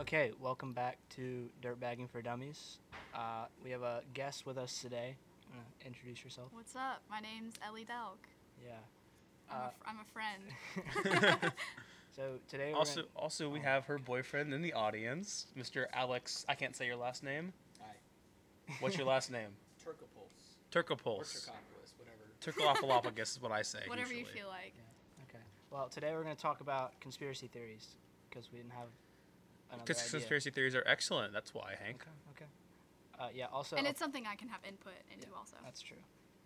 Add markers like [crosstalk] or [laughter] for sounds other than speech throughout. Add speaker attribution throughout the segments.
Speaker 1: Okay, welcome back to Dirtbagging for Dummies. Uh, we have a guest with us today. Uh, introduce yourself.
Speaker 2: What's up? My name's Ellie Delk.
Speaker 1: Yeah.
Speaker 2: I'm, a
Speaker 1: Uh,
Speaker 2: fr- I'm a
Speaker 3: [laughs]
Speaker 2: friend. [laughs]
Speaker 1: so today we're
Speaker 3: Also,
Speaker 1: gonna-
Speaker 3: also we
Speaker 1: Oh.
Speaker 3: have her boyfriend in the audience, Mr. Alex. I can't say your last name.
Speaker 4: Alright,
Speaker 3: What's
Speaker 2: [laughs]
Speaker 3: your last name?
Speaker 4: Turkopulse. Or
Speaker 3: Turkopulse.
Speaker 4: Turkopolis, whatever.
Speaker 3: Turkolopolophagus is what I say.
Speaker 2: Whatever you
Speaker 3: usually.
Speaker 2: feel like.
Speaker 1: Okay. Well, today we're going to talk about conspiracy theories because we didn't have another
Speaker 3: Because
Speaker 1: idea.
Speaker 3: conspiracy theories are excellent. That's why, Hank.
Speaker 1: Okay. Okay. Uh, yeah. Also,
Speaker 2: and it's something I can have input into also.
Speaker 1: that's true.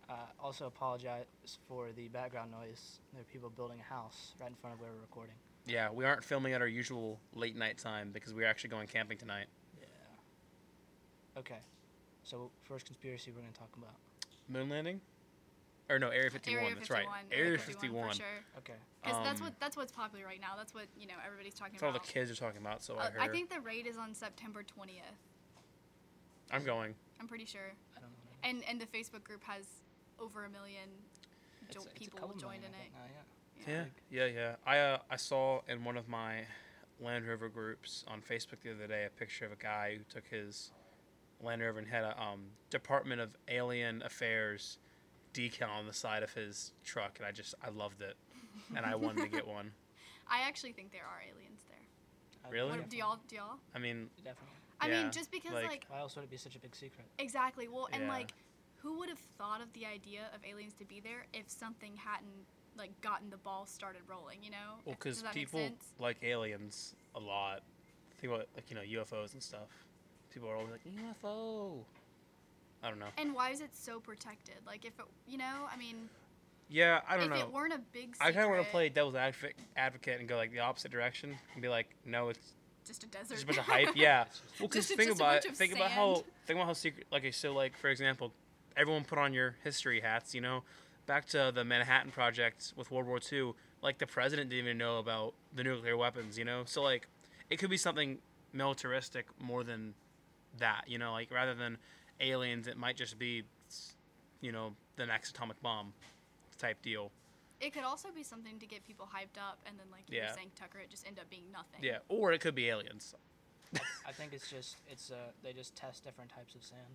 Speaker 1: Uh, also, apologize for the background noise. There are people building a house right in front of where we're recording.
Speaker 3: Yeah, we aren't filming at our usual late night time because we're actually going camping tonight.
Speaker 1: Yeah. Okay. So first conspiracy we're going to talk about.
Speaker 3: Moon landing? Or no, Area 51.
Speaker 2: Area 51.
Speaker 3: that's right. Area 51.
Speaker 2: For sure.
Speaker 1: Okay.
Speaker 2: Because that's
Speaker 3: Um,
Speaker 2: what that's what's popular right now. That's what you know everybody's talking
Speaker 3: That's all the
Speaker 2: about.
Speaker 3: kids are talking about. So I
Speaker 2: Uh,
Speaker 3: heard.
Speaker 2: I think the raid is on September 20th.
Speaker 3: I'm going.
Speaker 2: I'm pretty sure.
Speaker 1: I don't know. what it
Speaker 2: And and the Facebook group has over a million
Speaker 1: is.
Speaker 2: jo-
Speaker 1: It's- it's a
Speaker 2: people
Speaker 1: couple
Speaker 2: joined
Speaker 1: million,
Speaker 2: in
Speaker 1: I think,
Speaker 2: it.
Speaker 1: now, yeah.
Speaker 3: Yeah, yeah, yeah. I uh, I saw in one of my Land Rover groups on Facebook the other day a picture of a guy who took his Land Rover and had a um, Department of Alien Affairs decal on the side of his truck, and I just I loved it, and I wanted to
Speaker 2: [laughs]
Speaker 3: get one.
Speaker 2: I actually think there are aliens there.
Speaker 1: Uh,
Speaker 3: Really?
Speaker 2: What, do y'all? Do y'all?
Speaker 3: I mean,
Speaker 1: Definitely.
Speaker 2: I
Speaker 3: Yeah,
Speaker 2: mean, just because
Speaker 3: like-
Speaker 2: like
Speaker 1: Why else would it be such a big secret?
Speaker 2: Exactly. Well, and
Speaker 3: Yeah.
Speaker 2: like, who would have thought of the idea of aliens to be there if something hadn't like gotten the ball started rolling? You know?
Speaker 3: well,
Speaker 2: Does
Speaker 3: because
Speaker 2: that make
Speaker 3: people
Speaker 2: sense?
Speaker 3: like aliens a lot. Think about like you know UFOs and stuff. People are always like UFO. I don't know.
Speaker 2: And why is it so protected? Like, if it, you know, I mean,
Speaker 3: Yeah, I don't
Speaker 2: if
Speaker 3: know.
Speaker 2: it weren't a big, secret,
Speaker 3: I kind of want to play devil's advocate, advocate and go like the opposite direction and be like, no, it's
Speaker 2: just a desert.
Speaker 3: just a
Speaker 2: [laughs]
Speaker 3: bunch of hype. Yeah. Well, because
Speaker 2: Just- just
Speaker 3: think
Speaker 2: a
Speaker 3: about
Speaker 2: bunch
Speaker 3: it.
Speaker 2: of
Speaker 3: Think about
Speaker 2: sand.
Speaker 3: how think about how secret. Like so, like for example, everyone put on your history hats. You know, back to the Manhattan Project with World War II. Like the president didn't even know about the nuclear weapons. You know, so like it could be something militaristic more than that. You know, like rather than aliens, it might just be, you know, the next atomic bomb type deal.
Speaker 2: it could also be something to get people hyped up, and then like you
Speaker 3: Yeah.
Speaker 2: were saying, Tucker, it just end up being nothing.
Speaker 3: Yeah, or it could be
Speaker 2: [laughs]
Speaker 3: aliens.
Speaker 1: I think it's just it's uh they just test different types of sand.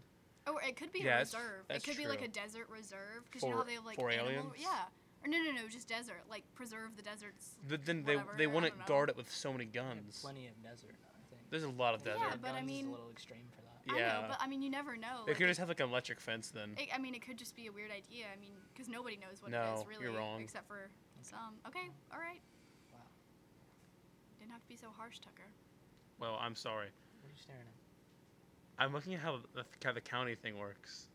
Speaker 2: Or it could be
Speaker 3: Yeah,
Speaker 2: a
Speaker 3: that's-
Speaker 2: reserve. It
Speaker 3: that's
Speaker 2: could be like
Speaker 3: true.
Speaker 2: a desert reserve because you know how
Speaker 3: For-
Speaker 2: they have like
Speaker 3: for
Speaker 2: animal-
Speaker 3: aliens?
Speaker 2: Yeah. Or no, no, no, just desert. Like preserve the deserts.
Speaker 3: But then they
Speaker 2: Whatever,
Speaker 3: they
Speaker 2: I
Speaker 3: wouldn't
Speaker 2: don't know.
Speaker 3: guard it with so many
Speaker 1: They have
Speaker 3: guns.
Speaker 1: Plenty of desert, I think.
Speaker 3: There's a lot of
Speaker 1: I think
Speaker 3: desert.
Speaker 2: Yeah,
Speaker 1: the
Speaker 2: but I
Speaker 1: guns is
Speaker 2: mean-
Speaker 1: a little extreme for that.
Speaker 2: I know,
Speaker 3: Yeah.
Speaker 2: but I mean, you never know.
Speaker 3: they
Speaker 2: like,
Speaker 3: could
Speaker 2: it
Speaker 3: just have like an electric fence then.
Speaker 2: It, I mean, it could just be a weird idea. I mean, because nobody knows what it
Speaker 3: Mm. No,
Speaker 2: is really,
Speaker 3: you're wrong.
Speaker 2: except for some. Okay, all right.
Speaker 1: Wow.
Speaker 2: Didn't have to be so harsh, Tucker.
Speaker 3: Well, I'm sorry.
Speaker 1: What are you staring at?
Speaker 3: I'm looking at how the, how the county thing works.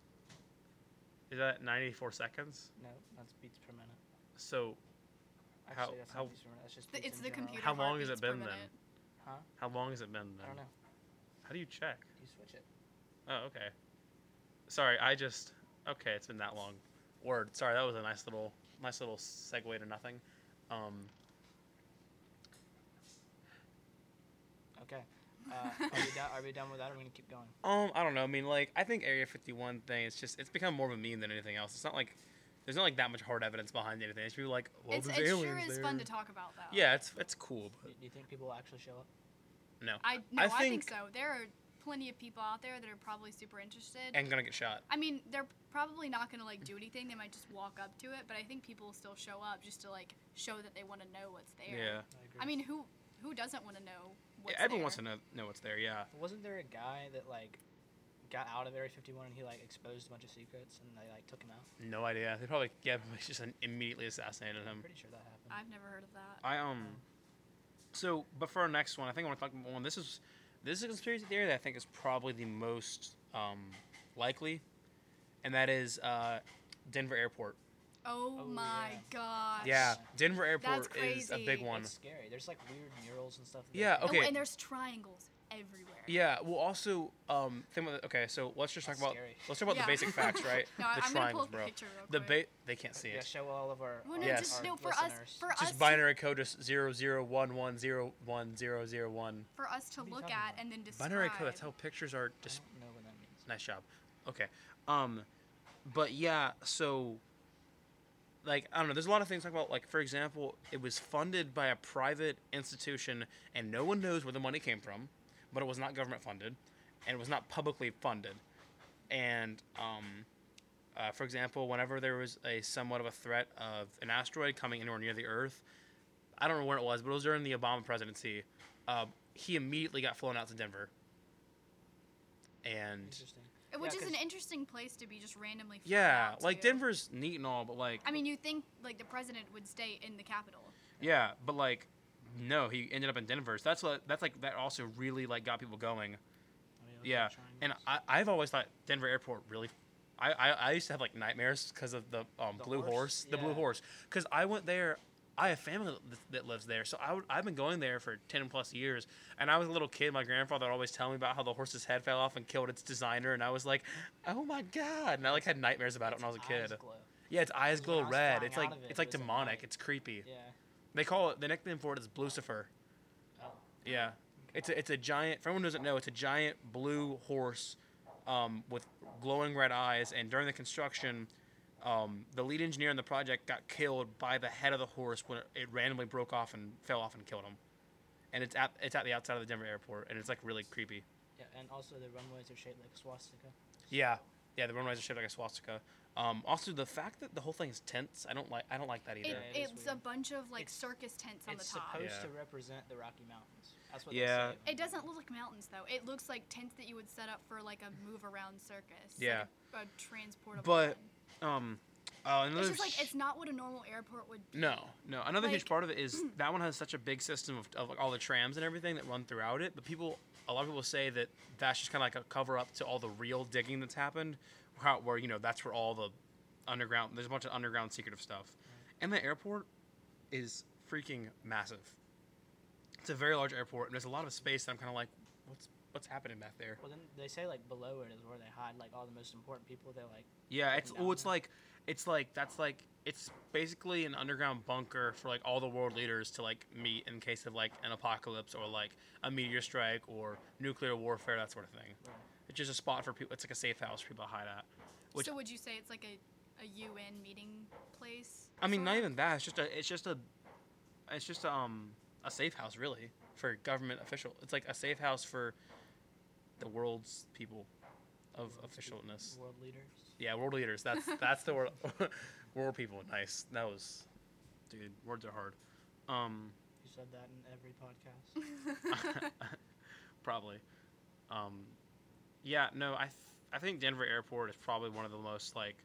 Speaker 3: Is that 94 seconds?
Speaker 1: No, that's beats per minute.
Speaker 3: So How-
Speaker 1: Actually, that's
Speaker 3: how-
Speaker 1: not beats per minute. That's just
Speaker 2: The-
Speaker 1: beats
Speaker 2: it's
Speaker 1: in
Speaker 2: the
Speaker 1: general.
Speaker 2: computer.
Speaker 3: how long has
Speaker 2: heartbeats
Speaker 3: it
Speaker 2: per
Speaker 3: been then?
Speaker 2: minute.
Speaker 1: Huh?
Speaker 3: How long has it been then?
Speaker 1: I don't know.
Speaker 3: How do you check?
Speaker 1: You switch it.
Speaker 3: Oh, okay. Sorry, I just okay. It's been that long. Word. Sorry, that was a nice little nice little segue to nothing. Um,
Speaker 2: [laughs]
Speaker 1: Okay. Uh, are we done? Are we done with that? Or are we gonna keep going?
Speaker 3: Um, I don't know. I mean, like, I think Area 51 thing is just, it's become more of a meme than anything else. It's not like, there's not like that much hard evidence behind anything. It's people like, well,
Speaker 2: It's,
Speaker 3: there's
Speaker 2: it sure
Speaker 3: aliens
Speaker 2: is
Speaker 3: there.
Speaker 2: fun to talk about, though.
Speaker 3: Yeah, it's, it's cool,
Speaker 1: Do
Speaker 3: but
Speaker 1: do you think people will actually show up?
Speaker 3: no.
Speaker 2: I no, I think,
Speaker 3: think-
Speaker 2: so. There are plenty of people out there that are probably super interested.
Speaker 3: And gonna get shot.
Speaker 2: I mean, they're probably not gonna like do anything. They might just walk up to it, but I think people will still show up just to like show that they want to know what's there.
Speaker 3: Yeah.
Speaker 1: I agree.
Speaker 2: I mean, who who doesn't want to know what's
Speaker 3: yeah everyone
Speaker 2: there?
Speaker 3: wants to know, know what's there, yeah.
Speaker 1: Wasn't there a guy that like got out of Area 51 and he like exposed a bunch of secrets and they like took him out?
Speaker 3: No idea. They probably, yeah, [laughs] probably just immediately assassinated
Speaker 1: I'm
Speaker 3: him.
Speaker 1: pretty sure that happened.
Speaker 2: I've never heard of that.
Speaker 3: I um. So, but for our next one, I think I want to talk about one. This is this is a conspiracy theory that I think is probably the most um, likely, and that is uh, Denver Airport.
Speaker 2: Oh,
Speaker 1: Oh,
Speaker 2: my
Speaker 1: yeah.
Speaker 2: gosh.
Speaker 3: Yeah,
Speaker 1: Gosh.
Speaker 3: Denver
Speaker 2: That's
Speaker 3: Airport is a big
Speaker 2: crazy.
Speaker 3: one.
Speaker 1: That's scary. There's like weird murals and stuff. that
Speaker 3: Yeah,
Speaker 1: they-
Speaker 2: Oh,
Speaker 3: okay.
Speaker 2: and there's triangles everywhere.
Speaker 3: Yeah. Well, also, um, think about okay. So let's just talk
Speaker 1: That's
Speaker 3: about
Speaker 1: scary.
Speaker 3: let's talk about
Speaker 2: Yeah.
Speaker 3: the
Speaker 2: [laughs]
Speaker 3: basic facts, right?
Speaker 2: no, I-
Speaker 3: the
Speaker 2: I'm gonna pull
Speaker 3: triangles,
Speaker 2: up the
Speaker 3: bro.
Speaker 2: picture real
Speaker 3: The
Speaker 2: quick.
Speaker 3: ba- they can't see
Speaker 1: Yeah,
Speaker 3: it.
Speaker 1: show all of our.
Speaker 2: well, no,
Speaker 1: our-
Speaker 3: Yes.
Speaker 2: just
Speaker 1: our
Speaker 2: no for us
Speaker 1: listeners.
Speaker 2: for us
Speaker 3: Just binary code is zero zero one one zero one zero zero one.
Speaker 2: to, for us to
Speaker 1: What are you
Speaker 2: look
Speaker 1: talking
Speaker 2: at
Speaker 1: about?
Speaker 2: and then describe.
Speaker 3: Binary code. That's how pictures are.
Speaker 1: I
Speaker 3: Dis-
Speaker 1: don't know what that means.
Speaker 3: nice job. Okay. Um, but yeah. So, like, I don't know. There's a lot of things to talk about. Like, for example, it was funded by a private institution, and no one knows where the money came from. but it was not government funded, and it was not publicly funded. And um, uh, for example, whenever there was a somewhat of a threat of an asteroid coming anywhere near the Earth, I don't know when it was, but it was during the Obama presidency. Uh, he immediately got flown out to Denver, and
Speaker 1: Interesting.
Speaker 2: Which
Speaker 1: Yeah,
Speaker 2: is an
Speaker 1: 'cause-
Speaker 2: interesting place to be just randomly. flown
Speaker 3: yeah,
Speaker 2: out
Speaker 3: like
Speaker 2: to.
Speaker 3: Denver's neat and all, but like
Speaker 2: I mean, you think like the president would stay in the capital.
Speaker 3: Yeah, but like, no, he ended up in Denver. So that's what that's like. That also really like got people going.
Speaker 1: Oh, look at
Speaker 3: Yeah,
Speaker 1: the
Speaker 3: and
Speaker 1: triangles.
Speaker 3: I, I've always thought Denver Airport really. I, I, I used to have like nightmares because of the um,
Speaker 1: The
Speaker 3: blue horse,
Speaker 1: horse?
Speaker 3: the blue
Speaker 1: Yeah.
Speaker 3: horse. Because I went there. I have family th- that lives there, so I would, I've been going there for ten plus years. And I was a little kid. My grandfather would always tell me about how the horse's head fell off and killed its designer, and I was like, "Oh my god!" And I like had nightmares about it when I was a
Speaker 1: Eyes
Speaker 3: kid.
Speaker 1: glow.
Speaker 3: Yeah, its eyes
Speaker 1: When
Speaker 3: glow
Speaker 1: I was
Speaker 3: red.
Speaker 1: flying
Speaker 3: It's like
Speaker 1: out of it,
Speaker 3: it's
Speaker 1: it
Speaker 3: like
Speaker 1: was at
Speaker 3: demonic.
Speaker 1: night.
Speaker 3: It's creepy.
Speaker 1: Yeah.
Speaker 3: They call it the nickname for it is Lucifer.
Speaker 1: Oh.
Speaker 3: Yeah, it's a, it's a giant. For anyone who doesn't know, it's a giant blue horse um, with glowing red eyes. And during the construction, um, the lead engineer on the project got killed by the head of the horse when it randomly broke off and fell off and killed him. And it's at it's at the outside of the Denver airport, and it's like really creepy.
Speaker 1: Yeah, and also the runways are shaped like swastika.
Speaker 3: Yeah, yeah, the runways are shaped like a swastika. Um, also, the fact that the whole thing is tense, I don't like. I don't like that either.
Speaker 2: It,
Speaker 1: Yeah, it is
Speaker 2: it's a
Speaker 1: weird.
Speaker 2: bunch of like
Speaker 1: It's-
Speaker 2: circus tents on the
Speaker 1: it's
Speaker 2: top.
Speaker 1: supposed
Speaker 3: Yeah.
Speaker 1: to represent the Rocky Mountains. That's what
Speaker 3: Yeah.
Speaker 1: they say.
Speaker 2: It doesn't look like mountains though. It looks like tents that you would set up for like a move around circus.
Speaker 3: Yeah.
Speaker 2: Like a, a transportable.
Speaker 3: But
Speaker 2: one.
Speaker 3: um, oh, another
Speaker 2: it's just
Speaker 3: sh-
Speaker 2: like it's not what a normal airport would be.
Speaker 3: No, no. Another huge
Speaker 2: Like-
Speaker 3: part of it
Speaker 2: [clears throat]
Speaker 3: is that one has such a big system of, of like all the trams and everything that run throughout it. But people, a lot of people say that that's just kind of like a cover up to all the real digging that's happened, where, where you know that's where all the underground. There's a bunch of underground secretive stuff, and the airport is freaking massive. It's a very large airport, and there's a lot of space. That I'm kind of like, what's what's happening back there?
Speaker 1: Well, then they say like below it is where they hide like all the most important people. They like
Speaker 3: Yeah, it's
Speaker 1: down
Speaker 3: oh, it's
Speaker 1: there.
Speaker 3: like it's like that's like it's basically an underground bunker for like all the world leaders to like meet in case of like an apocalypse or like a meteor strike or nuclear warfare that sort of thing.
Speaker 1: Right.
Speaker 3: It's just a spot for people. It's like a safe house for people to hide at. Which
Speaker 2: so would you say it's like a, a UN meeting place?
Speaker 3: I mean, not
Speaker 2: sorta?
Speaker 3: even that. It's just a it's just a it's just a, um a safe house really for government official. It's like a safe house for the world's people of officialness.
Speaker 1: world leaders.
Speaker 3: Yeah, world leaders. That's that's the word. [laughs] world people. Nice. That was, dude. Words are hard. Um,
Speaker 1: You said that in every
Speaker 2: [laughs]
Speaker 1: podcast.
Speaker 3: probably. Um, yeah. No, I th- I think Denver Airport is probably one of the most like,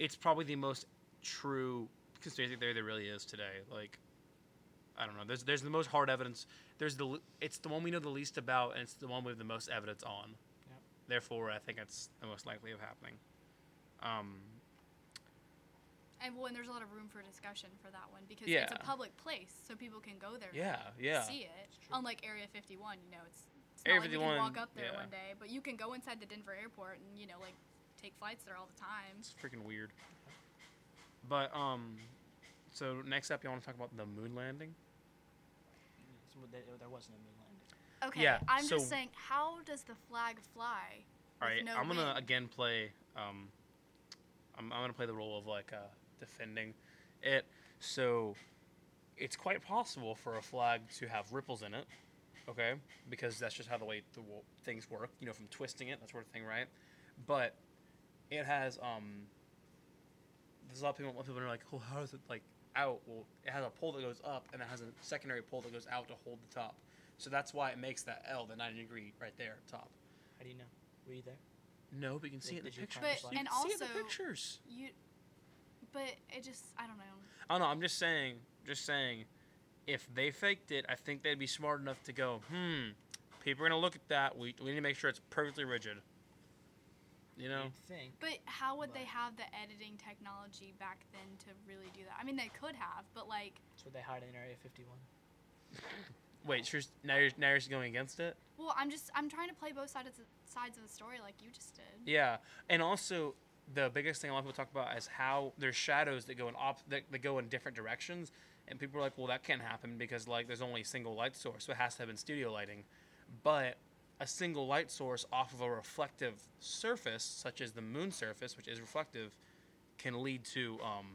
Speaker 3: it's probably the most true conspiracy theory there really is today. Like, I don't know. There's there's the most hard evidence. There's the l- it's the one we know the least about, and it's the one we have the most evidence on.
Speaker 1: Yep.
Speaker 3: Therefore, I think it's the most likely of happening. Um,
Speaker 2: And well, and there's a lot of room for discussion for that one because it's
Speaker 3: Yeah.
Speaker 2: a public place, so people can go there. and
Speaker 3: yeah. Yeah.
Speaker 2: See it.
Speaker 1: It's true.
Speaker 2: Unlike Area 51, you know, it's, it's
Speaker 3: Area
Speaker 2: not like you can
Speaker 3: 51,
Speaker 2: walk up there
Speaker 3: yeah.
Speaker 2: one day, but you can go inside the Denver airport and you know like take flights there all the time.
Speaker 3: It's freaking weird. But um, so next up, you want to talk about the moon landing?
Speaker 1: It's- there, there was no moon landing.
Speaker 2: Okay,
Speaker 3: Yeah,
Speaker 2: I'm
Speaker 3: so-
Speaker 2: just saying, how does the flag fly?
Speaker 3: All
Speaker 2: with
Speaker 3: right,
Speaker 2: no
Speaker 3: I'm gonna
Speaker 2: wind?
Speaker 3: again play. Um, I'm, I'm gonna play the role of like uh, defending it. So it's quite possible for a flag to have ripples in it. Okay, because that's just how the way the wo- things work. You know, from twisting it, that sort of thing, right? But it has um. There's a lot of people. a lot of People are like, "Well, how does it like out?" Well, it has a pole that goes up, and it has a secondary pole that goes out to hold the top. So that's why it makes that L, the 90 degree, right there, top.
Speaker 1: How do you know? Were you there?
Speaker 3: No, but you can see it in the
Speaker 1: Did you
Speaker 3: pictures.
Speaker 1: find the But- flag?
Speaker 2: and
Speaker 3: you can see it in
Speaker 2: also-
Speaker 3: the pictures.
Speaker 2: You, but it just I don't know.
Speaker 3: Oh no, I'm just saying, just saying, if they faked it, I think they'd be smart enough to go, hmm, people are gonna look at that. We, we need to make sure it's perfectly rigid. You know?
Speaker 1: You'd think.
Speaker 2: But how would they
Speaker 1: But-
Speaker 2: have the editing technology back then to really do that? I mean, they could have, but like
Speaker 1: That's what they hide in Area 51.
Speaker 3: Wait, so you're, now you're now you're just going against it?
Speaker 2: Well, I'm just I'm trying to play both sides of the, sides of the story like you just did.
Speaker 3: Yeah, and also the biggest thing a lot of people talk about is how there's shadows that go in op that, that go in different directions, and people are like, well, that can't happen because like there's only a single light source, so it has to have been studio lighting, but a single light source off of a reflective surface, such as the moon surface, which is reflective, can lead to um,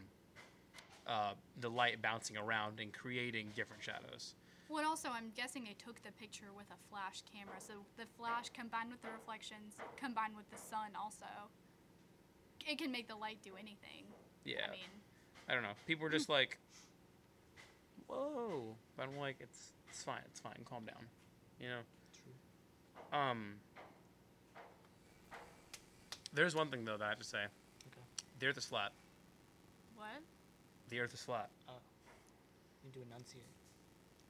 Speaker 3: uh, the light bouncing around and creating different shadows.
Speaker 2: Well, and also, I'm guessing they took the picture with a flash camera, so the flash combined with the reflections, combined with the sun, also, it can make the light do anything.
Speaker 3: Yeah.
Speaker 2: I mean,
Speaker 3: I don't know. People were just like, "Whoa!" But I'm like, "It's it's fine. It's fine. Calm down." You know. True. Um. There's one thing though that I have to say.
Speaker 1: Okay.
Speaker 3: The Earth is flat.
Speaker 2: what? [laughs]
Speaker 3: The Earth is flat.
Speaker 1: You need to enunciate.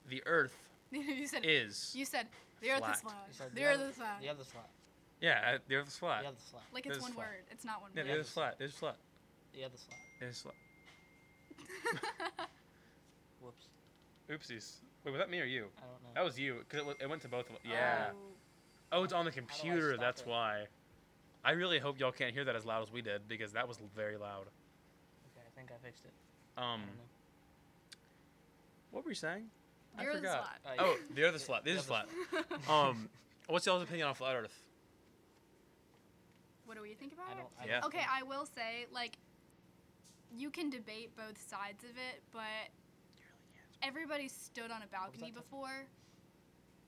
Speaker 3: The Earth
Speaker 2: you said
Speaker 3: is.
Speaker 2: you said the earth is
Speaker 3: flat.
Speaker 2: flat.
Speaker 1: You said
Speaker 2: The earth is flat.
Speaker 1: The other slot.
Speaker 3: Yeah, uh, the Earth is flat.
Speaker 1: The other slot.
Speaker 2: Like it's
Speaker 3: This
Speaker 2: one
Speaker 3: is flat.
Speaker 2: word. It's not one
Speaker 3: Yeah,
Speaker 2: word.
Speaker 3: the Earth is [laughs] flat. The Earth is flat.
Speaker 1: The other slot.
Speaker 3: The Earth is flat.
Speaker 1: Whoops.
Speaker 3: Oopsies. Wait, was that me or you?
Speaker 1: I don't know.
Speaker 3: That was you, because it, wa- it went to both of us. Yeah.
Speaker 2: [laughs] Oh.
Speaker 3: Oh, it's on the
Speaker 1: I
Speaker 3: computer.
Speaker 1: stop
Speaker 3: That's
Speaker 1: it?
Speaker 3: why. I really hope y'all can't hear that as loud as we did, because that was very loud.
Speaker 1: Okay, I think I fixed it.
Speaker 3: Um,
Speaker 1: I don't know.
Speaker 3: what were you saying?
Speaker 2: The
Speaker 3: I
Speaker 2: earth
Speaker 3: forgot.
Speaker 2: is flat.
Speaker 1: Uh,
Speaker 3: Oh,
Speaker 1: yeah.
Speaker 3: the other slot. This
Speaker 1: The
Speaker 3: is flat.
Speaker 1: other
Speaker 2: [laughs]
Speaker 3: Um, what's y'all's opinion on flat Earth?
Speaker 2: what do we think about
Speaker 1: I
Speaker 2: it?
Speaker 1: don't. I
Speaker 3: Yeah.
Speaker 1: Don't
Speaker 2: Okay,
Speaker 1: think-
Speaker 2: I will say, like, you can debate both sides of it, but everybody stood on a balcony
Speaker 1: that tough?
Speaker 2: before.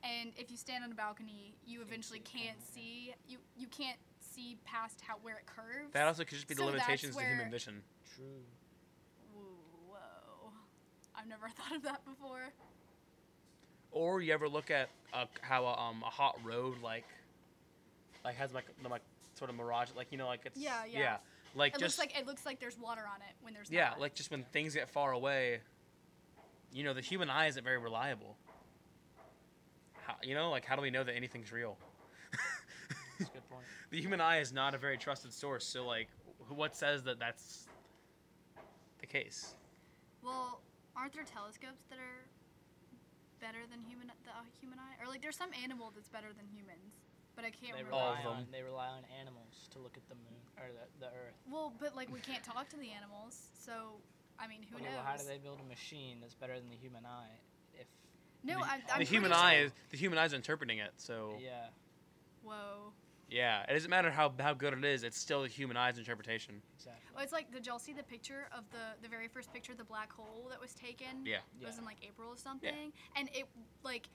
Speaker 2: And if you stand on a balcony, you eventually
Speaker 1: see it
Speaker 2: can't see you you can't see past how where it curves.
Speaker 3: That also could just be the
Speaker 2: So that's
Speaker 3: limitations to human
Speaker 2: where-
Speaker 3: vision.
Speaker 1: True.
Speaker 2: Whoa, whoa. I've never [laughs] thought of that before.
Speaker 3: Or you ever look at a, how a, um, a hot road like like has like the, like sort of mirage like you know like it's
Speaker 2: Yeah, yeah.
Speaker 3: like
Speaker 2: It
Speaker 3: just
Speaker 2: looks like it looks like there's water on it when there's
Speaker 3: yeah
Speaker 2: not.
Speaker 3: like just when things get far away. You know the human eye isn't very reliable. How, you know like how do we know that anything's real? [laughs]
Speaker 1: That's a good point.
Speaker 3: the human eye is not a very trusted source. So like, wh- what says that that's the case?
Speaker 2: Well, aren't there telescopes that are better than human the uh, human eye? Or like there's some animal that's better than humans, but I [laughs] can't
Speaker 1: They
Speaker 2: remember.
Speaker 3: All of
Speaker 1: rely
Speaker 3: them.
Speaker 1: on. They rely on animals to look at the moon or the, the Earth.
Speaker 2: Well, but like we can't talk to the animals, so I mean, who
Speaker 1: okay,
Speaker 2: knows?
Speaker 1: well, how do they build a machine that's better than the human eye? If
Speaker 2: no,
Speaker 3: the,
Speaker 2: I'm,
Speaker 3: the
Speaker 2: I'm pretty
Speaker 3: human
Speaker 2: sure-
Speaker 3: eye is the human eye's interpreting it. So yeah.
Speaker 1: yeah,
Speaker 2: Whoa.
Speaker 3: it doesn't matter how how good it is. It's still the human eye's interpretation.
Speaker 1: exactly.
Speaker 2: Well, it's like, did y'all see the picture of the the very first picture of the black hole that was taken?
Speaker 3: Yeah.
Speaker 2: It was in like April or something, and it like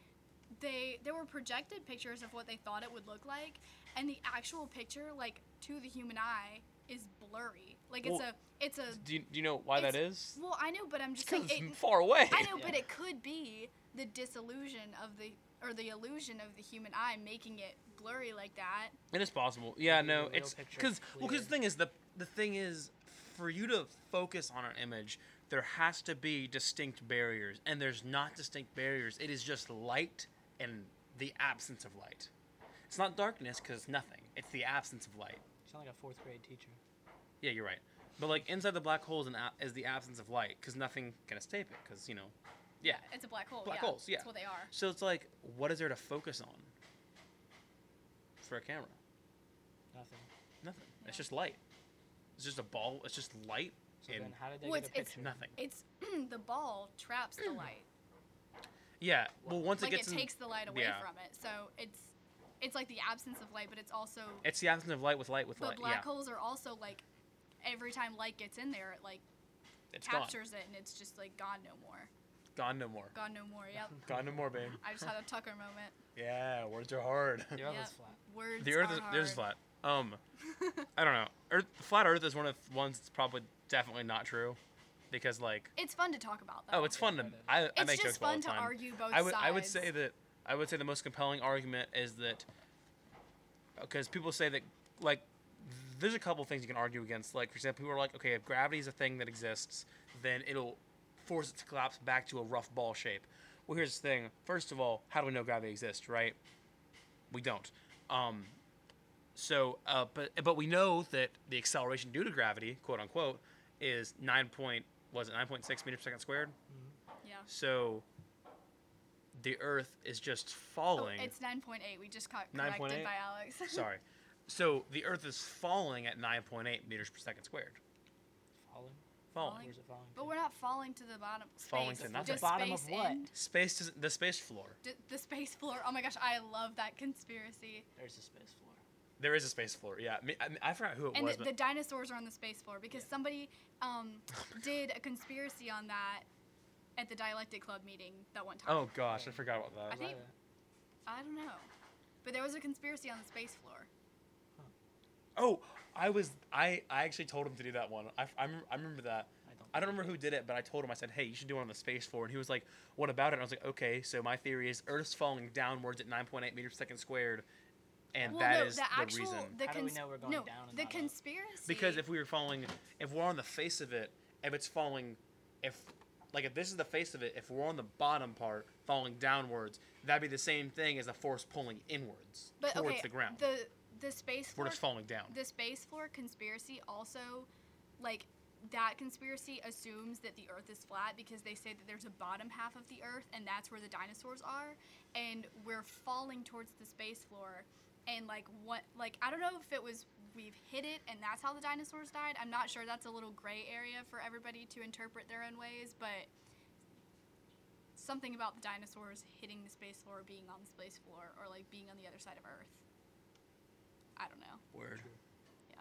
Speaker 2: they there were projected pictures of what they thought it would look like, and the actual picture like to the human eye is blurry. Like it's
Speaker 3: Well,
Speaker 2: a it's a
Speaker 3: Do you, do you know why that is?
Speaker 2: well, I know, but I'm just
Speaker 3: Because
Speaker 2: saying.
Speaker 3: it's [laughs]
Speaker 2: It,
Speaker 3: far away.
Speaker 2: I know, but
Speaker 1: Yeah.
Speaker 2: it could be the disillusion of the or the illusion of the human eye making it blurry like that.
Speaker 3: It is possible. Yeah,
Speaker 1: Maybe the
Speaker 3: no,
Speaker 1: real
Speaker 3: it's
Speaker 1: picture
Speaker 3: because
Speaker 1: is
Speaker 3: well, because the
Speaker 1: clear.
Speaker 3: thing is the the thing is for you to focus on an image, there has to be distinct barriers, and there's not distinct barriers. It is just light and the absence of light. It's not darkness because it's nothing. It's the absence of light.
Speaker 1: You sound like a fourth grade teacher.
Speaker 3: Yeah, you're right. But like inside the black hole is, an a- is the absence of light because nothing can escape it because you know, yeah.
Speaker 2: It's a black hole.
Speaker 3: Black
Speaker 2: yeah.
Speaker 3: holes, yeah.
Speaker 2: That's what they are.
Speaker 3: So it's like, what is there to focus on for a camera?
Speaker 1: Nothing.
Speaker 3: Nothing.
Speaker 2: Yeah.
Speaker 3: It's just light. It's just a ball. It's just light
Speaker 1: So
Speaker 3: and
Speaker 1: then, how did they
Speaker 2: Well,
Speaker 1: get a
Speaker 2: it's- it's-
Speaker 1: picture? [laughs]
Speaker 3: nothing.
Speaker 2: It's [clears throat] the ball traps
Speaker 3: [clears throat]
Speaker 2: the light.
Speaker 3: Yeah. Well, once
Speaker 2: like
Speaker 3: it
Speaker 2: it,
Speaker 3: gets in,
Speaker 2: takes the light away
Speaker 3: yeah.
Speaker 2: from it. So it's it's like the absence of light, but it's also
Speaker 3: it's the absence of light with light with
Speaker 2: but
Speaker 3: light.
Speaker 2: black
Speaker 3: yeah.
Speaker 2: holes are also like every time light gets in there, it like
Speaker 3: It's
Speaker 2: captures it, and it's just like gone no more,
Speaker 3: gone. Gone no more.
Speaker 2: gone no more.
Speaker 3: [laughs]
Speaker 2: Yep.
Speaker 3: Gone no more, babe.
Speaker 2: I just had a Tucker moment.
Speaker 3: Yeah. Words are hard.
Speaker 1: The Earth
Speaker 2: Yeah.
Speaker 1: is flat.
Speaker 2: Words.
Speaker 3: the Earth
Speaker 2: are
Speaker 3: is there's
Speaker 2: hard.
Speaker 3: flat. Um, I don't know. Earth flat Earth is one of the ones that's probably definitely not true, because like
Speaker 2: [laughs] It's fun to talk about though.
Speaker 3: oh, it's fun to I, I
Speaker 2: It's
Speaker 3: make jokes
Speaker 2: just
Speaker 3: about it all
Speaker 2: fun
Speaker 3: the
Speaker 2: to
Speaker 3: time.
Speaker 2: argue both
Speaker 3: I would
Speaker 2: sides.
Speaker 3: I would say that I would say the most compelling argument is that because people say that like there's a couple things you can argue against. Like for example, people are like, okay, if gravity is a thing that exists, then it'll force it to collapse back to a rough ball shape. Well, here's the thing. First of all, how do we know gravity exists, right? We don't. Um, so, uh, but but we know that the acceleration due to gravity, quote unquote, is nine point was it nine point six meters per second squared.
Speaker 2: yeah.
Speaker 3: So the Earth is just
Speaker 2: Oh,
Speaker 3: falling.
Speaker 2: it's [laughs] 9.8. We just got corrected
Speaker 3: 9.8?
Speaker 2: by Alex. [laughs]
Speaker 3: Sorry. So the Earth is falling at 9.8 meters per second squared.
Speaker 1: Falling.
Speaker 3: Falling.
Speaker 2: Falling?
Speaker 1: Where's it falling?
Speaker 2: but
Speaker 1: to?
Speaker 2: we're not falling to the bottom. Space.
Speaker 3: Falling to nothing.
Speaker 2: Does
Speaker 1: The bottom of
Speaker 2: space
Speaker 1: what?
Speaker 2: end?
Speaker 3: Space is the space floor.
Speaker 2: D- the space floor. Oh my gosh, I love that conspiracy.
Speaker 1: There's a space floor.
Speaker 3: There is a space floor. Yeah. I, mean, I, I forgot who it
Speaker 2: and
Speaker 3: was,
Speaker 2: the, the
Speaker 3: but
Speaker 2: dinosaurs are on the space floor because somebody um, did a conspiracy on that, at the dialectic club meeting that one time.
Speaker 3: Oh gosh, I forgot about
Speaker 2: I
Speaker 1: uh,
Speaker 3: that.
Speaker 2: think I don't know, but there was a conspiracy on the space floor.
Speaker 3: Oh, I was I I actually told him to do that one. I I, rem- I remember that.
Speaker 1: I don't
Speaker 3: I don't remember who did it, but I told him I said, "Hey, you should do one on the space floor." And he was like, "What about it?" And I was like, "Okay, so my theory is Earth's falling downwards at 9.8 meters per second squared, and
Speaker 2: well,
Speaker 3: that
Speaker 2: no,
Speaker 3: is
Speaker 2: the actual
Speaker 3: reason."
Speaker 2: the
Speaker 1: How do we
Speaker 2: cons-
Speaker 1: know we're going
Speaker 2: no,
Speaker 1: down and
Speaker 2: the
Speaker 1: not up?
Speaker 2: conspiracy
Speaker 3: Because if we were falling, if we're on the face of it, if it's falling, if like if this is the face of it, if we're on the bottom part falling downwards, that'd be the same thing as a force pulling inwards
Speaker 2: but,
Speaker 3: towards
Speaker 2: okay,
Speaker 3: the ground.
Speaker 2: the the space
Speaker 3: we're
Speaker 2: floor
Speaker 3: just falling down.
Speaker 2: the space floor conspiracy also like that conspiracy assumes that the earth is flat because they say that there's a bottom half of the earth and that's where the dinosaurs are and we're falling towards the space floor and like what like i don't know if it was we've hit it and that's how the dinosaurs died i'm not sure that's a little gray area for everybody to interpret their own ways but something about the dinosaurs hitting the space floor being on the space floor or like being on the other side of earth i don't know
Speaker 3: Word.
Speaker 2: yeah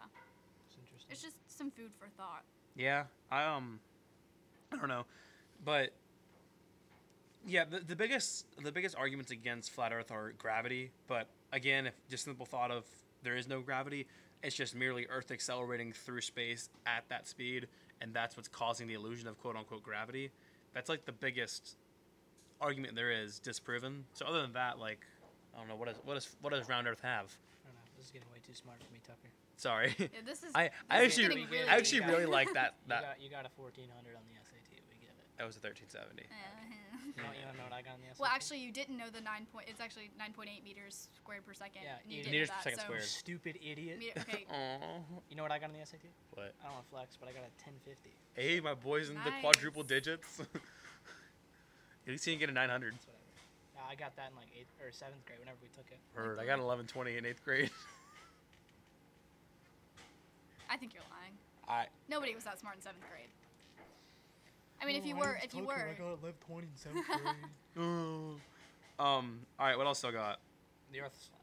Speaker 1: It's interesting.
Speaker 2: it's just some food for thought.
Speaker 3: Yeah, I um, I don't know, but yeah, the, the biggest the biggest arguments against flat Earth are gravity. But again, if just simple thought of there is no gravity, it's just merely Earth accelerating through space at that speed, and that's what's causing the illusion of quote unquote gravity. That's like the biggest argument there is disproven. So other than that, like I don't know what is what is what does round Earth have?
Speaker 1: I don't know. This is getting way too smart for me, Tucker.
Speaker 3: Sorry, [laughs]
Speaker 2: Yeah, this is.
Speaker 3: I
Speaker 2: this
Speaker 3: I
Speaker 2: is
Speaker 3: actually
Speaker 2: getting really
Speaker 3: I actually
Speaker 2: deep.
Speaker 3: really like
Speaker 2: [laughs]
Speaker 3: that
Speaker 1: [laughs] You
Speaker 3: that
Speaker 1: got, you got a 1400 on the SAT. We give it.
Speaker 3: that was a thirteen seventy.
Speaker 2: Uh-huh.
Speaker 1: You don't, you don't know what I got on the SAT?
Speaker 2: well, actually, you didn't know the nine point. It's actually nine point eight meters squared per second.
Speaker 1: Yeah,
Speaker 2: and you
Speaker 1: it-
Speaker 2: didn't
Speaker 3: Meters
Speaker 2: know
Speaker 3: per
Speaker 2: that,
Speaker 1: You
Speaker 2: so.
Speaker 3: second squared.
Speaker 1: stupid idiot.
Speaker 2: Meter,
Speaker 3: [laughs]
Speaker 2: okay.
Speaker 3: Aw.
Speaker 1: You know what I got on the SAT?
Speaker 3: What?
Speaker 1: I don't want to flex, but I got a 1050.
Speaker 3: Hey, my boy's in the
Speaker 2: Nice.
Speaker 3: quadruple digits. [laughs] At least he didn't get a 900.
Speaker 1: It's whatever. No, I got that in like eighth or seventh grade whenever we took it.
Speaker 3: Heard. I got an 1120 in eighth grade. [laughs]
Speaker 2: I think you're lying.
Speaker 3: I
Speaker 2: Nobody was that smart in seventh grade. I mean, if
Speaker 1: Oh,
Speaker 2: you were, if you were, [laughs]
Speaker 3: um. All right. What else I got?
Speaker 1: The Earth
Speaker 2: [laughs]
Speaker 1: is flat.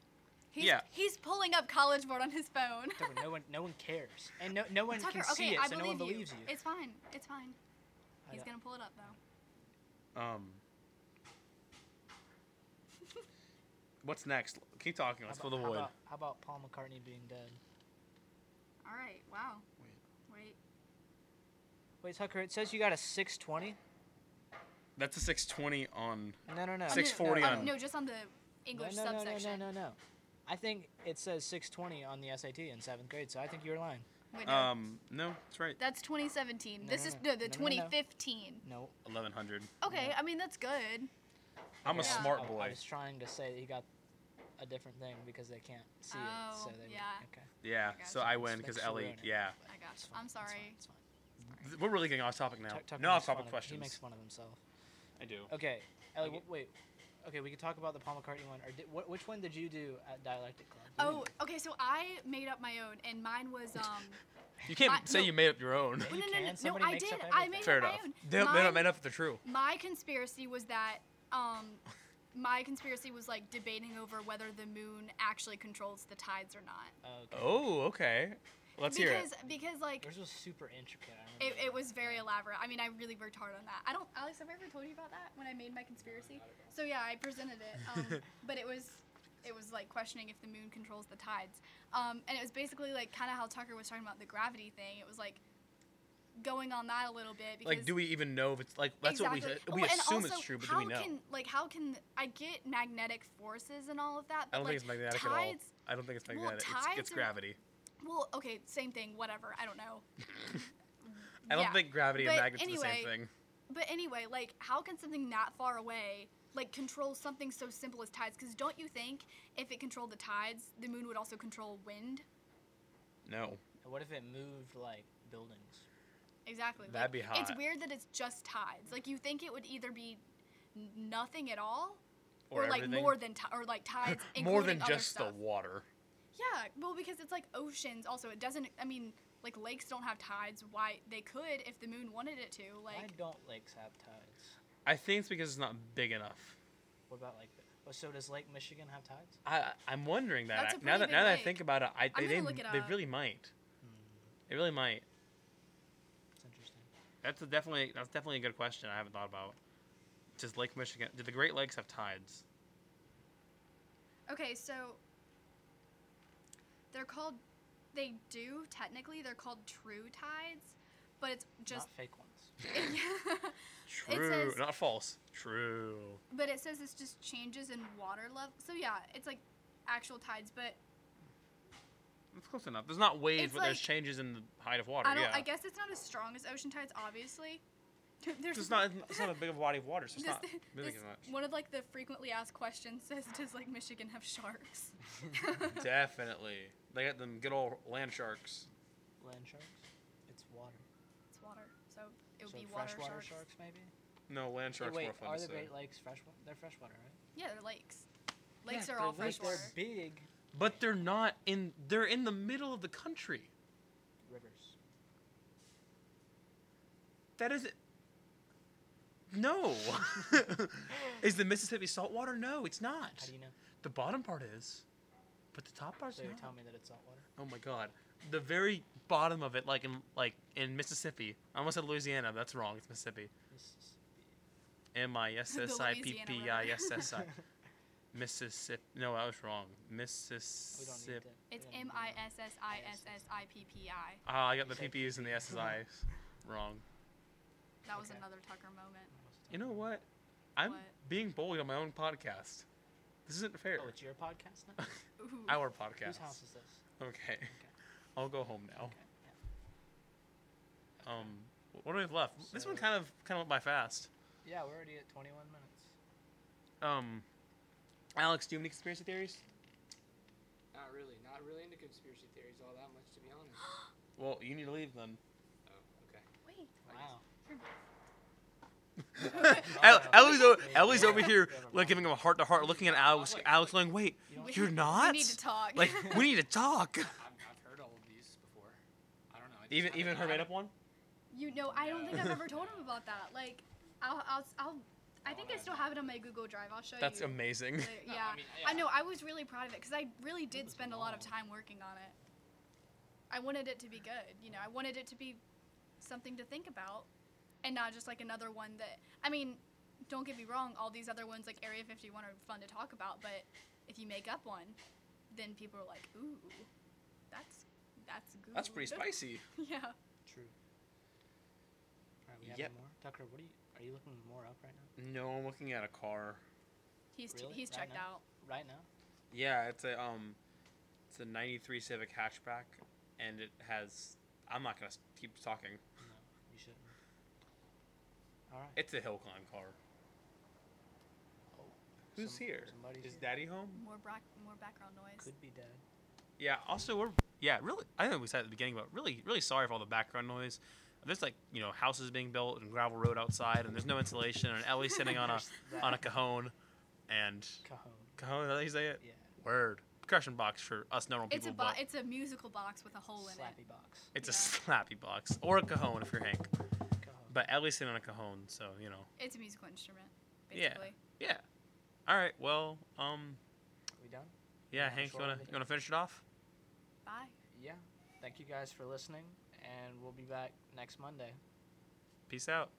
Speaker 2: he's
Speaker 3: Yeah.
Speaker 2: he's pulling up College Board on his phone. [laughs]
Speaker 1: Tucker, no one, no one cares, and no, no one
Speaker 2: Tucker,
Speaker 1: can see
Speaker 2: okay,
Speaker 1: it,
Speaker 2: I
Speaker 1: so
Speaker 2: believe
Speaker 1: no one
Speaker 2: you.
Speaker 1: believes you.
Speaker 2: It's fine. It's fine.
Speaker 1: I
Speaker 2: He's
Speaker 1: don't-
Speaker 2: gonna pull it up though.
Speaker 3: Um. What's next? Keep talking. Let's
Speaker 1: how
Speaker 3: fill the
Speaker 1: about- how
Speaker 3: void.
Speaker 1: about- how about Paul McCartney being dead?
Speaker 2: All right. Wow. Wait.
Speaker 1: Wait, Tucker, it says you got a 620.
Speaker 3: That's a 620 on.
Speaker 1: No, no, no.
Speaker 2: Oh, no,
Speaker 3: 640
Speaker 2: no,
Speaker 1: no,
Speaker 2: oh,
Speaker 3: on-
Speaker 2: No, just on the
Speaker 1: No,
Speaker 2: English
Speaker 1: no, no, no,
Speaker 2: subsection.
Speaker 1: no, no, no. I think it says 620 on the SAT in seventh grade, so I think you were lying.
Speaker 2: Wait, no.
Speaker 3: Um. No, it's right.
Speaker 2: That's 2017.
Speaker 1: No,
Speaker 2: this
Speaker 1: no,
Speaker 2: is
Speaker 1: no.
Speaker 2: no,
Speaker 1: No, no, no,
Speaker 2: the
Speaker 1: no.
Speaker 2: 2015.
Speaker 1: No.
Speaker 3: 1100.
Speaker 2: Okay, I mean that's good.
Speaker 3: I'm a
Speaker 1: Yeah.
Speaker 3: smart
Speaker 1: Oh, I- I
Speaker 3: boy.
Speaker 1: was trying to say that he got a different thing because they can't see it, so
Speaker 2: Oh,
Speaker 1: they
Speaker 2: yeah.
Speaker 1: would, okay.
Speaker 3: Yeah.
Speaker 2: I
Speaker 3: So
Speaker 2: gotcha.
Speaker 3: I win because
Speaker 1: Thanks for
Speaker 3: Ellie.
Speaker 1: ruining it.
Speaker 3: Yeah.
Speaker 2: I got.
Speaker 1: It's
Speaker 2: you.
Speaker 1: fine,
Speaker 2: I'm
Speaker 1: it's fine,
Speaker 2: sorry.
Speaker 1: it's fine.
Speaker 3: Th- We're really getting off topic now.
Speaker 1: Tuck- Tucker
Speaker 3: No off
Speaker 1: makes fun
Speaker 3: topic
Speaker 1: of-
Speaker 3: questions.
Speaker 1: He makes fun of himself.
Speaker 3: I do.
Speaker 1: Okay, Ellie,
Speaker 3: Okay.
Speaker 1: wh- wait. Okay, we can talk about the Paul McCartney one. Or did, wh- which one did you do at Dialectic Club? You
Speaker 2: Oh,
Speaker 1: didn't-
Speaker 2: okay. So I made up my own, and mine was
Speaker 1: [laughs]
Speaker 2: um.
Speaker 3: You can't
Speaker 2: I-
Speaker 3: say
Speaker 2: no.
Speaker 3: you made up your own.
Speaker 1: You
Speaker 2: no, no,
Speaker 1: can,
Speaker 2: no, no,
Speaker 1: somebody
Speaker 2: I
Speaker 1: makes
Speaker 2: did.
Speaker 1: up
Speaker 2: I
Speaker 1: everything.
Speaker 2: made
Speaker 3: Fair
Speaker 2: up
Speaker 3: enough.
Speaker 2: my own.
Speaker 3: They don't, they
Speaker 2: Mine-
Speaker 3: don't made up if they're true.
Speaker 2: my conspiracy was that um my conspiracy was like debating over whether the moon actually controls the tides or not.
Speaker 1: Okay.
Speaker 3: Oh, okay. Let's hear
Speaker 2: because
Speaker 3: it.
Speaker 2: because like
Speaker 1: Yours was super intricate. I
Speaker 2: it,
Speaker 1: remember
Speaker 2: it
Speaker 1: that.
Speaker 2: was very elaborate. I mean, I really worked hard on that. I don't, Alex, have I ever told you about that when I made my conspiracy? So yeah, I presented it,
Speaker 3: [laughs]
Speaker 2: um, but it was, it was like questioning if the moon controls the tides, um, and it was basically like kind of how Tucker was talking about the gravity thing. It was like going on that a little bit. Because
Speaker 3: Like, do we even know if it's like that's what we
Speaker 2: Exactly.
Speaker 3: we
Speaker 2: Well, and
Speaker 3: assume it's
Speaker 2: also,
Speaker 3: true, but do
Speaker 2: how
Speaker 3: we know?
Speaker 2: Can, like, how can I get magnetic forces and all of that?
Speaker 3: I
Speaker 2: but,
Speaker 3: don't
Speaker 2: like,
Speaker 3: think it's magnetic
Speaker 2: tides,
Speaker 3: at all. I don't think it's
Speaker 2: well,
Speaker 3: magnetic. it's, it's
Speaker 2: tides are- [laughs]
Speaker 3: gravity.
Speaker 2: Well, okay, same thing. Whatever. I don't know.
Speaker 3: I don't
Speaker 2: Yeah.
Speaker 3: think gravity and
Speaker 2: But
Speaker 3: magnets are the
Speaker 2: anyway,
Speaker 3: same thing.
Speaker 2: But anyway, like, how can something that far away, like, control something so simple as tides? Because don't you think if it controlled the tides, the moon would also control wind?
Speaker 3: No.
Speaker 1: And What if it moved like buildings?
Speaker 2: Exactly.
Speaker 3: That'd
Speaker 2: like,
Speaker 3: be
Speaker 2: It's
Speaker 3: hot.
Speaker 2: weird that it's just tides. Like, you think it would either be n- nothing at all,
Speaker 3: Or,
Speaker 2: like
Speaker 3: everything.
Speaker 2: more than ti or like tides,
Speaker 3: [laughs] More
Speaker 2: including
Speaker 3: than
Speaker 2: other
Speaker 3: just
Speaker 2: stuff.
Speaker 3: the water.
Speaker 2: Yeah, well, because it's like oceans. Also, it doesn't. I mean, like lakes don't have tides. Why they could if the moon wanted it to.
Speaker 1: Why
Speaker 2: Like,
Speaker 1: don't lakes have tides?
Speaker 3: I think it's because it's not big enough.
Speaker 1: What about like? Well, so does Lake Michigan have tides?
Speaker 3: I I'm wondering that.
Speaker 2: That's a
Speaker 3: I- now
Speaker 2: pretty
Speaker 3: that
Speaker 2: big
Speaker 3: now that I
Speaker 2: lake.
Speaker 3: think about it, I they
Speaker 2: gonna
Speaker 3: they,
Speaker 2: look it
Speaker 3: they
Speaker 2: up.
Speaker 3: really might. They really might.
Speaker 1: It's interesting.
Speaker 3: That's a definitely that's definitely a good question. I haven't thought about. Does Lake Michigan? Did the Great Lakes have tides?
Speaker 2: Okay, so they're called. They do technically. They're called true tides, but it's just.
Speaker 1: not fake ones.
Speaker 2: [laughs]
Speaker 3: True,
Speaker 2: says-
Speaker 3: not false. True.
Speaker 2: but it says it's just changes in water level. So yeah, it's like actual tides, but
Speaker 3: That's close enough. There's not waves,
Speaker 2: It's
Speaker 3: but there's
Speaker 2: like-
Speaker 3: changes in the height of water.
Speaker 2: I don't.
Speaker 3: yeah.
Speaker 2: I guess it's not as strong as ocean tides, obviously. [laughs] There's
Speaker 3: It's not.
Speaker 2: [laughs]
Speaker 3: It's not a big of a body of water, so it's
Speaker 2: This- [laughs]
Speaker 3: not moving
Speaker 2: this-
Speaker 3: as much.
Speaker 2: One of like the frequently asked questions says, "Does like Michigan have
Speaker 3: [laughs]
Speaker 2: sharks?" [laughs]
Speaker 3: Definitely, they got them good old land sharks.
Speaker 1: Land sharks. It's water.
Speaker 2: it's water, so it would
Speaker 1: so
Speaker 2: be water
Speaker 1: freshwater
Speaker 2: sharks.
Speaker 1: sharks. maybe.
Speaker 3: No, land
Speaker 1: Hey,
Speaker 3: sharks
Speaker 1: wait,
Speaker 3: more fun
Speaker 1: are
Speaker 3: to
Speaker 1: the
Speaker 3: say.
Speaker 1: Great Lakes freshwater? They're freshwater, right?
Speaker 2: Yeah, they're lakes. Lakes
Speaker 3: Yeah,
Speaker 2: are all
Speaker 3: they're lakes.
Speaker 2: freshwater.
Speaker 1: They're big
Speaker 3: But they're not in. They're in the middle of the country.
Speaker 1: rivers.
Speaker 3: That isn't. No. [laughs] is the Mississippi saltwater? No, it's not.
Speaker 1: How do you know?
Speaker 3: The bottom part is, but the top part's
Speaker 1: So you're
Speaker 3: not.
Speaker 1: telling me that it's saltwater?
Speaker 3: Oh my god. The very bottom of it, like in like in Mississippi. I almost said Louisiana. That's wrong.
Speaker 1: [laughs]
Speaker 3: It's Mississippi. [laughs] M I S S I P
Speaker 2: Louisiana
Speaker 3: P
Speaker 2: River.
Speaker 3: I S S I. [laughs] Mississippi. No, I was wrong. Mississippi.
Speaker 2: It's M I S S I S S I P P I.
Speaker 3: Ah, I got
Speaker 1: You
Speaker 3: the
Speaker 1: said
Speaker 3: PPs and the SSIs
Speaker 1: [laughs]
Speaker 3: wrong.
Speaker 2: That was
Speaker 1: Okay.
Speaker 2: another Tucker moment.
Speaker 3: You know what? I'm
Speaker 2: What?
Speaker 3: being bullied on my own podcast. This isn't fair.
Speaker 1: Oh, it's your podcast now.
Speaker 2: Ooh.
Speaker 3: Our podcast.
Speaker 1: Whose house is this?
Speaker 3: [laughs] Okay. I'll go home now.
Speaker 1: Okay. yeah.
Speaker 3: Um, what do we have left? this one
Speaker 1: So-
Speaker 3: kind of kind of went by fast.
Speaker 1: Yeah, we're already at 21 minutes.
Speaker 3: Um, Alex, do you have any conspiracy theories?
Speaker 5: Not really. Not really into conspiracy theories all that much, to be honest.
Speaker 3: Well, you need to leave
Speaker 1: [laughs]
Speaker 3: then.
Speaker 5: Oh, okay.
Speaker 2: Wait.
Speaker 1: Wow.
Speaker 3: Al-
Speaker 1: no.
Speaker 3: Ellie's, o-
Speaker 1: Yeah,
Speaker 3: Ellie's
Speaker 1: yeah.
Speaker 3: over here,
Speaker 1: Never
Speaker 3: like
Speaker 1: mind.
Speaker 3: giving him a heart to heart, looking at Alex. Alex, going, wait,
Speaker 2: [laughs]
Speaker 1: You don't-
Speaker 2: We-
Speaker 3: you're
Speaker 2: We
Speaker 3: not.
Speaker 2: need to talk.
Speaker 3: Like,
Speaker 2: [laughs]
Speaker 3: we need to talk.
Speaker 5: I've, I've heard all of these before. I don't know. I
Speaker 3: [laughs]
Speaker 5: just
Speaker 3: Even
Speaker 5: haven't-
Speaker 3: even her
Speaker 5: I
Speaker 3: made up
Speaker 5: haven't-
Speaker 3: one.
Speaker 2: you know, I don't think I've
Speaker 3: No.
Speaker 2: ever told him about that. Like, I'll, I'll, I'll I think I still have it on my Google Drive. I'll
Speaker 1: Oh,
Speaker 2: show
Speaker 3: That's
Speaker 2: you.
Speaker 3: amazing. [laughs]
Speaker 2: later.
Speaker 5: No, [laughs] I
Speaker 2: yeah. I,
Speaker 5: mean, yeah.
Speaker 2: know. I was really proud of it because I really did
Speaker 1: was
Speaker 2: spend a lot of
Speaker 1: long.
Speaker 2: time working on it. I wanted it to be good. You know, I wanted it to be something to think about, and not just like another one that. I mean, don't get me wrong. All these other ones like Area 51 are fun to talk about, but if you make up one, then people are like, "Ooh, that's that's good." [laughs]
Speaker 3: That's pretty spicy.
Speaker 2: yeah.
Speaker 1: True. Alright, we have
Speaker 3: Yep.
Speaker 1: any more? Tucker, what are you are you looking more up right now?
Speaker 3: No, I'm looking at a car.
Speaker 2: He's t-
Speaker 1: Really?
Speaker 2: he's
Speaker 1: Right
Speaker 2: checked
Speaker 1: now?
Speaker 2: out.
Speaker 1: Right now?
Speaker 3: Yeah, it's a um, it's a '93 Civic hatchback, and it has. I'm not gonna s- keep talking.
Speaker 1: No, you shouldn't. Alright.
Speaker 3: It's a hill climb car. Who's
Speaker 1: Some-
Speaker 3: here?
Speaker 1: somebody's
Speaker 3: Is
Speaker 1: here.
Speaker 3: Daddy home?
Speaker 2: More bra- more background noise.
Speaker 1: Could be dead.
Speaker 3: Yeah. Also, we're yeah really. I think we said at the beginning, but really really sorry for all the background noise. There's like you know houses being built and gravel road outside, and there's no insulation, and
Speaker 2: [laughs]
Speaker 3: Ellie's sitting on
Speaker 1: [laughs]
Speaker 3: a
Speaker 1: There's that
Speaker 3: on a cajon, and
Speaker 1: Cajon.
Speaker 3: cajon. Is that how you say it?
Speaker 1: Yeah.
Speaker 3: Word. Percussion box for us normal
Speaker 2: It's
Speaker 3: people,
Speaker 2: a bo-
Speaker 3: but
Speaker 2: it's a musical box with a hole in Oh, it.
Speaker 1: Slappy box.
Speaker 3: it's, a
Speaker 2: yeah.
Speaker 3: slappy box or a cajon if you're Hank.
Speaker 1: Cajon.
Speaker 3: But Ellie's sitting on a cajon, so you know.
Speaker 2: It's a musical instrument,
Speaker 3: Yeah.
Speaker 2: basically.
Speaker 3: Yeah. All right. Well, um,
Speaker 1: we done?
Speaker 3: yeah,
Speaker 1: Yeah,
Speaker 3: Hank, you
Speaker 1: sure.
Speaker 3: wanna you wanna finish it off?
Speaker 2: Bye.
Speaker 1: Yeah. Thank you guys for listening and we'll be back next Monday.
Speaker 3: Peace out.